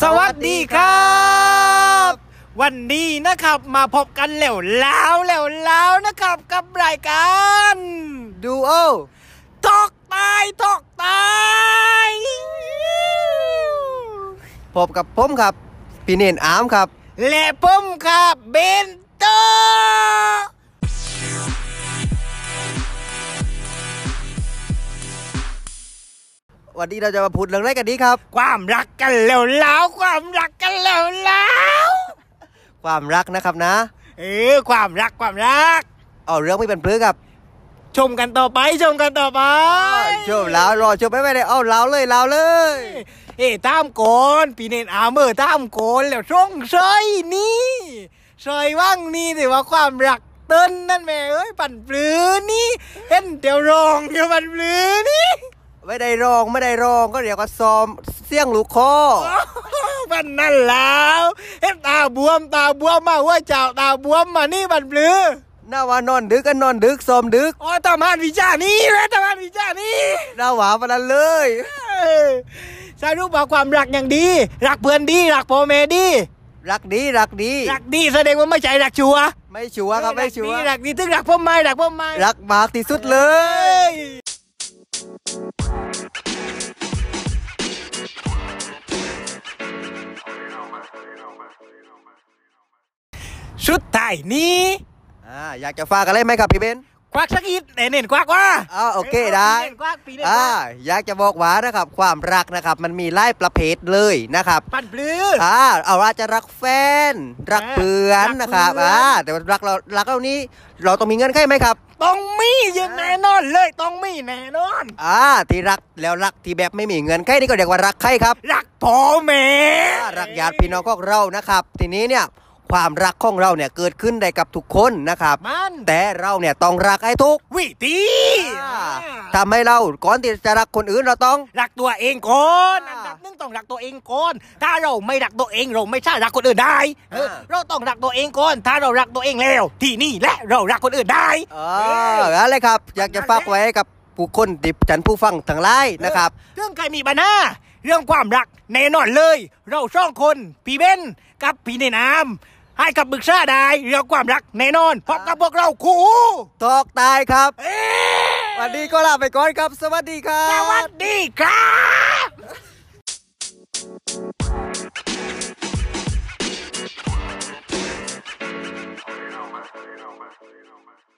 สวัสดีครับ วันนี้นะครับมาพบกันแล้วแล้วแล้วแล้วนะครับกับรายการ ดูโอ ตอกตายตอกตาย พบกับผมครับ พี่เนนอาร์มครับ และผมครับเบนเตอร์ วันนี้เราจะมาพูดเรื่องอะไรกันดีครับ ความรักกันแล้วแล้วความรักกันแล้วแล้ว ความรักนะครับนะ เออความรักความรัก เอาเรื่องไม่เป็นเพื่อครับ ชมกันต่อไปชมกันต่อไป ชมแล้วรอชมไม่ไปเลยเอาแล้วเลยแล้วเลย เอ้ตามก่อนปีเนนอาเมอร์ตามก่อนแล้วช่องเฉยนี่เฉยว่างนี่แต่ว่าความรักเต้นนั่นแม่เอ้ยปั่นปลือนี่เห็นเดี๋ยวรองเดี๋ยวปั่นปลือนี่ ไม่ได้ร้องไม่ได้ร้องก็เดี๋ยวก็ซ้อมเสียงลูกคอ ปั่นนั่นแล้วเห็นตาบวมตาบวมมาเว่าเจ้าตาบวมมานี่ปั่นปลือ หน้าว่านอนดึกก็นอนดึกซ้อมดึก อ๋อตามานวิชานี้แล้วตามานวิชานี้ หน้าหวาปานนั้นเลย เออสรุปว่าความรักอย่างดี รักเพื่อนดีรักพ่อแม่ดี รักดีรักดี รักดีแสดงว่าไม่ใช่รักชัวร์ ไม่ชัวร์ครับไม่ชัวร์ เออดักนี่ตึกดักพ่อไม้ดักพ่อไม้ รักมากที่สุดเล เอย ้ยชุดไทยนี้ อ่าอยากจะฝากอะไรไหมครับพี่เบน ควักสักอิดเน้นๆควักว่า อ้าวโอเคได้ เน้นๆควักปีเน้นๆค อ่า วัก อยากจะบอกว่านะครับความรักนะครับมันมีหลายประเภทเลยนะครับ ปั่นปลื้ อ่าเอาว่าจะรักแฟน รักเพื่อน รักเพื่อน นะครับอ่าแต่ว่ารักเรารักเรานี้เราต้องมีเงื่อนไขไหมครับ ต้องมีอย่างแน่นอนเลยต้องมีแน่นอน อ่าที่รักแล้วรักที่แบบไม่มีเงื่อนไขนี่ก็เรียกว่ารักใครครับ รักพ่อแม่ อ่ารักญาติพี่น้องของเรานะครับ ทีนี้เนี่ยความรักของเราเนี่ยเกิดขึ้นได้กับทุกคนนะครับ มัน แต่เราเนี่ยต้องรักให้ทุก วิธี อ่า อ่า ทำให้เราก่อนที่จะรักคนอื่นเราต้อง รักตัวเองก่อน อ่า อันดับหนึ่งต้องรักตัวเองก่อนถ้าเราไม่รักตัวเองเราไม่ใช่รักคนอื่นได้เออ อ่า เราต้องรักตัวเองก่อนถ้าเรารักตัวเองแล้ว ที่นี่และเรารักคนอื่นได้ เอออะไรครับ อยากจะฝากไว้กับผู้คนดิบจันผู้ฟังทั้งหลายนะครับ เรื่องใครมีปัญหาเรื่องความรักแน่นอนเลย เราช่องคน พี่เบนกับพี่ในน้ำให้กับบึกซ่าได้เรื่องความรักแน่นอนพบกับพวกเราครู ตอกตายครับ เอ๊ะ วันนี้ก็ลาไปก่อนครับ สวัสดีครั ส บ วัสดีครับ Thank you.